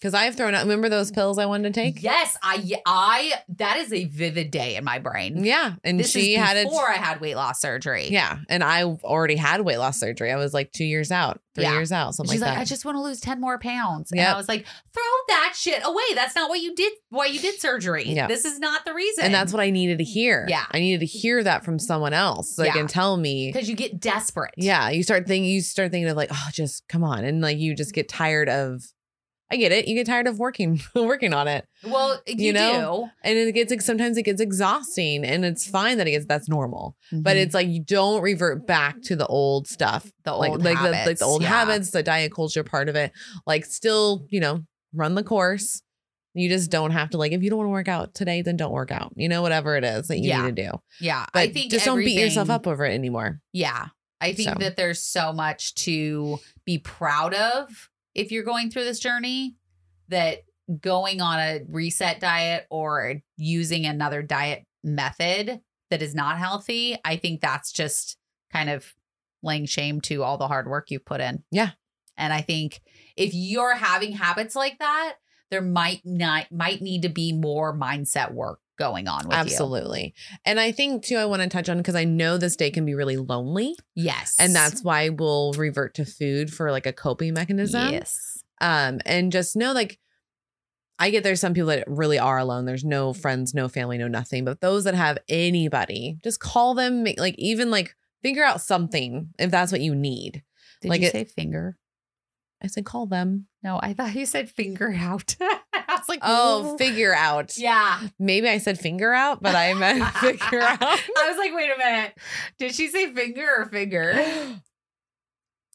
Because I've thrown out. Remember those pills I wanted to take? Yes, I I that is a vivid day in my brain. Yeah, and This she is had it. before I had weight loss surgery. Yeah, and I already had weight loss surgery. I was like two years out, three Yeah. years out, something She's like like, that. I just want to lose 10 more pounds. And Yep. I was like, throw that shit away. That's not what you did why you did surgery. Yep. This is not the reason. and that's what I needed to hear. Yeah. I needed to hear that from someone else. So Yeah. can tell me. because you get desperate. Yeah, you start thinking. You start thinking of like, oh, just come on, and like you just get tired of. I get it. You get tired of working working on it, Well, you, You know? and it gets like sometimes it gets exhausting, and it's fine that it gets that's normal. do. But it's like you don't revert back to the old stuff, the like old like habits. the like the old Yeah. habits, the diet culture part of it. Like still, you know, run the course. You just don't have to like if you don't want to work out today, then don't work out. You know, whatever it is that you Yeah. need to do. Yeah. But I think just don't beat everything- yourself up over it anymore. Yeah. I think So. that there's so much to be proud of if you're going through this journey that going on a reset diet or using another diet method that is not healthy, I think that's just kind of laying shame to all the hard work you put in. Yeah. And I think if you're having habits like that, there might not might need to be more mindset work going on with Absolutely. And I think too, I want to touch on because I know this day can be really lonely, you. Yes. and that's why we'll revert to food for like a coping mechanism. yes. um and just know like i get there's some people that really are alone there's no Mm-hmm. friends no family no nothing but those that have anybody just call them make, like even like figure out something if that's what you need Did Like you it- say finger? i said call them No, I thought you said finger out. I was like, oh "Ooh." figure out yeah. maybe i said finger out but i meant figure out I was like, wait a minute. Did she say finger or finger?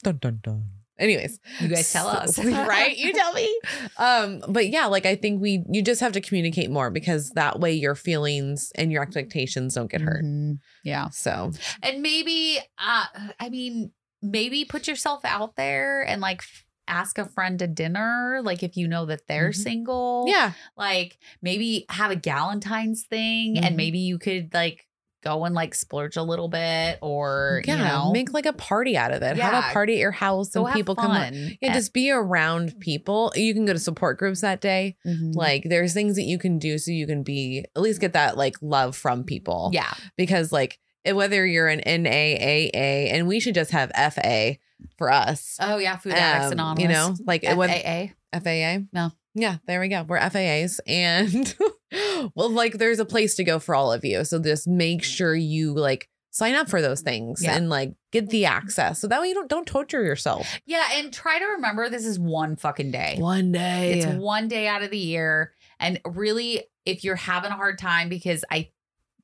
dun dun dun anyways You guys tell us. right you tell me um but yeah like i think we you just have to communicate more because that way your feelings and your expectations don't get hurt Mhm. Yeah. So And maybe, uh, I mean, maybe put yourself out there and like f- ask a friend to dinner. Like if you know that they're Mhm. single. yeah, Like maybe have a Galentine's thing Mhm. and maybe you could like go and like splurge a little bit or, yeah, you know, make like a party out of it. Have Yeah. a party at your house go and have people come. fun. up. Yeah, just be around people. You can go to support groups that day. Mhm. Like there's things that you can do so you can be at least get that like love from people. yeah. because like it- whether you're an NAAA and we should just have FA for us. Oh yeah, Food Addicts Um, Anonymous. You know, like it went FAA. FAA. No. Yeah, there we go. We're FAAs. And well, like there's a place to go for all of you. So just make sure you like sign up for those things Yeah. and like get the access. So that way you don't don't torture yourself. Yeah, and try to remember this is one fucking day. One day. It's one day out of the year, and really, if you're having a hard time, because I,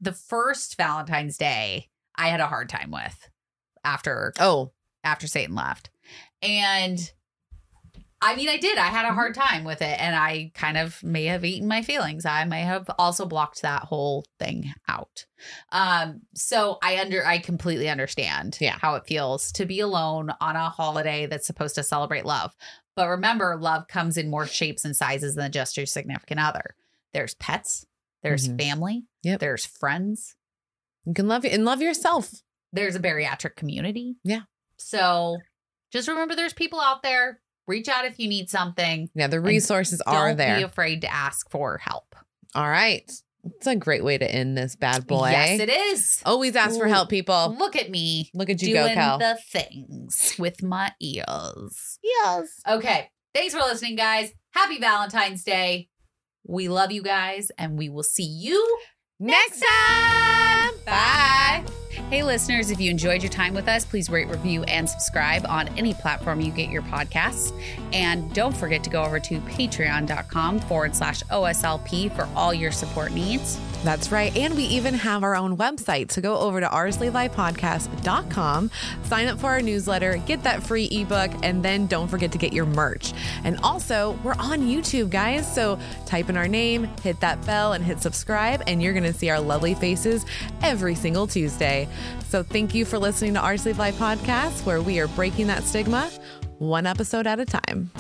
the first Valentine's Day, I had a hard time with after oh, after Satan left, and. I mean, I did. I had a hard Mm-hmm. time with it, and I kind of may have eaten my feelings. I may have also blocked that whole thing out. Um, so I under I completely understand Yeah. how it feels to be alone on a holiday that's supposed to celebrate love. But remember, love comes in more shapes and sizes than just your significant other. There's pets, there's Mhm. family, Yep. there's friends, you can love and love yourself. there's a bariatric community. Yeah. So just remember there's people out there. Reach out if you need something. Yeah, the resources are Don't be there. afraid to ask for help. all right. It's a great way to end this bad boy. Yes, it is. Always ask for Ooh. help, people. Look at me Look at you doing go, Cal. the things with my ears. yes. Okay. Thanks for listening, guys. Happy Valentine's Day. We love you guys, and we will see you Next time. Bye. Hey, listeners, if you enjoyed your time with us, please rate, review, and subscribe on any platform you get your podcasts. And don't forget to go over to patreon.com forward slash OSLP for all your support needs. That's right. And we even have our own website. So go over to oursleevelifepodcast.com, sign up for our newsletter, get that free ebook, and then don't forget to get your merch. And also, we're on YouTube, guys. So type in our name, hit that bell, and hit subscribe, and you're going to see our lovely faces every single Tuesday. So thank you for listening to Our Sleeve Life Podcast, where we are breaking that stigma one episode at a time.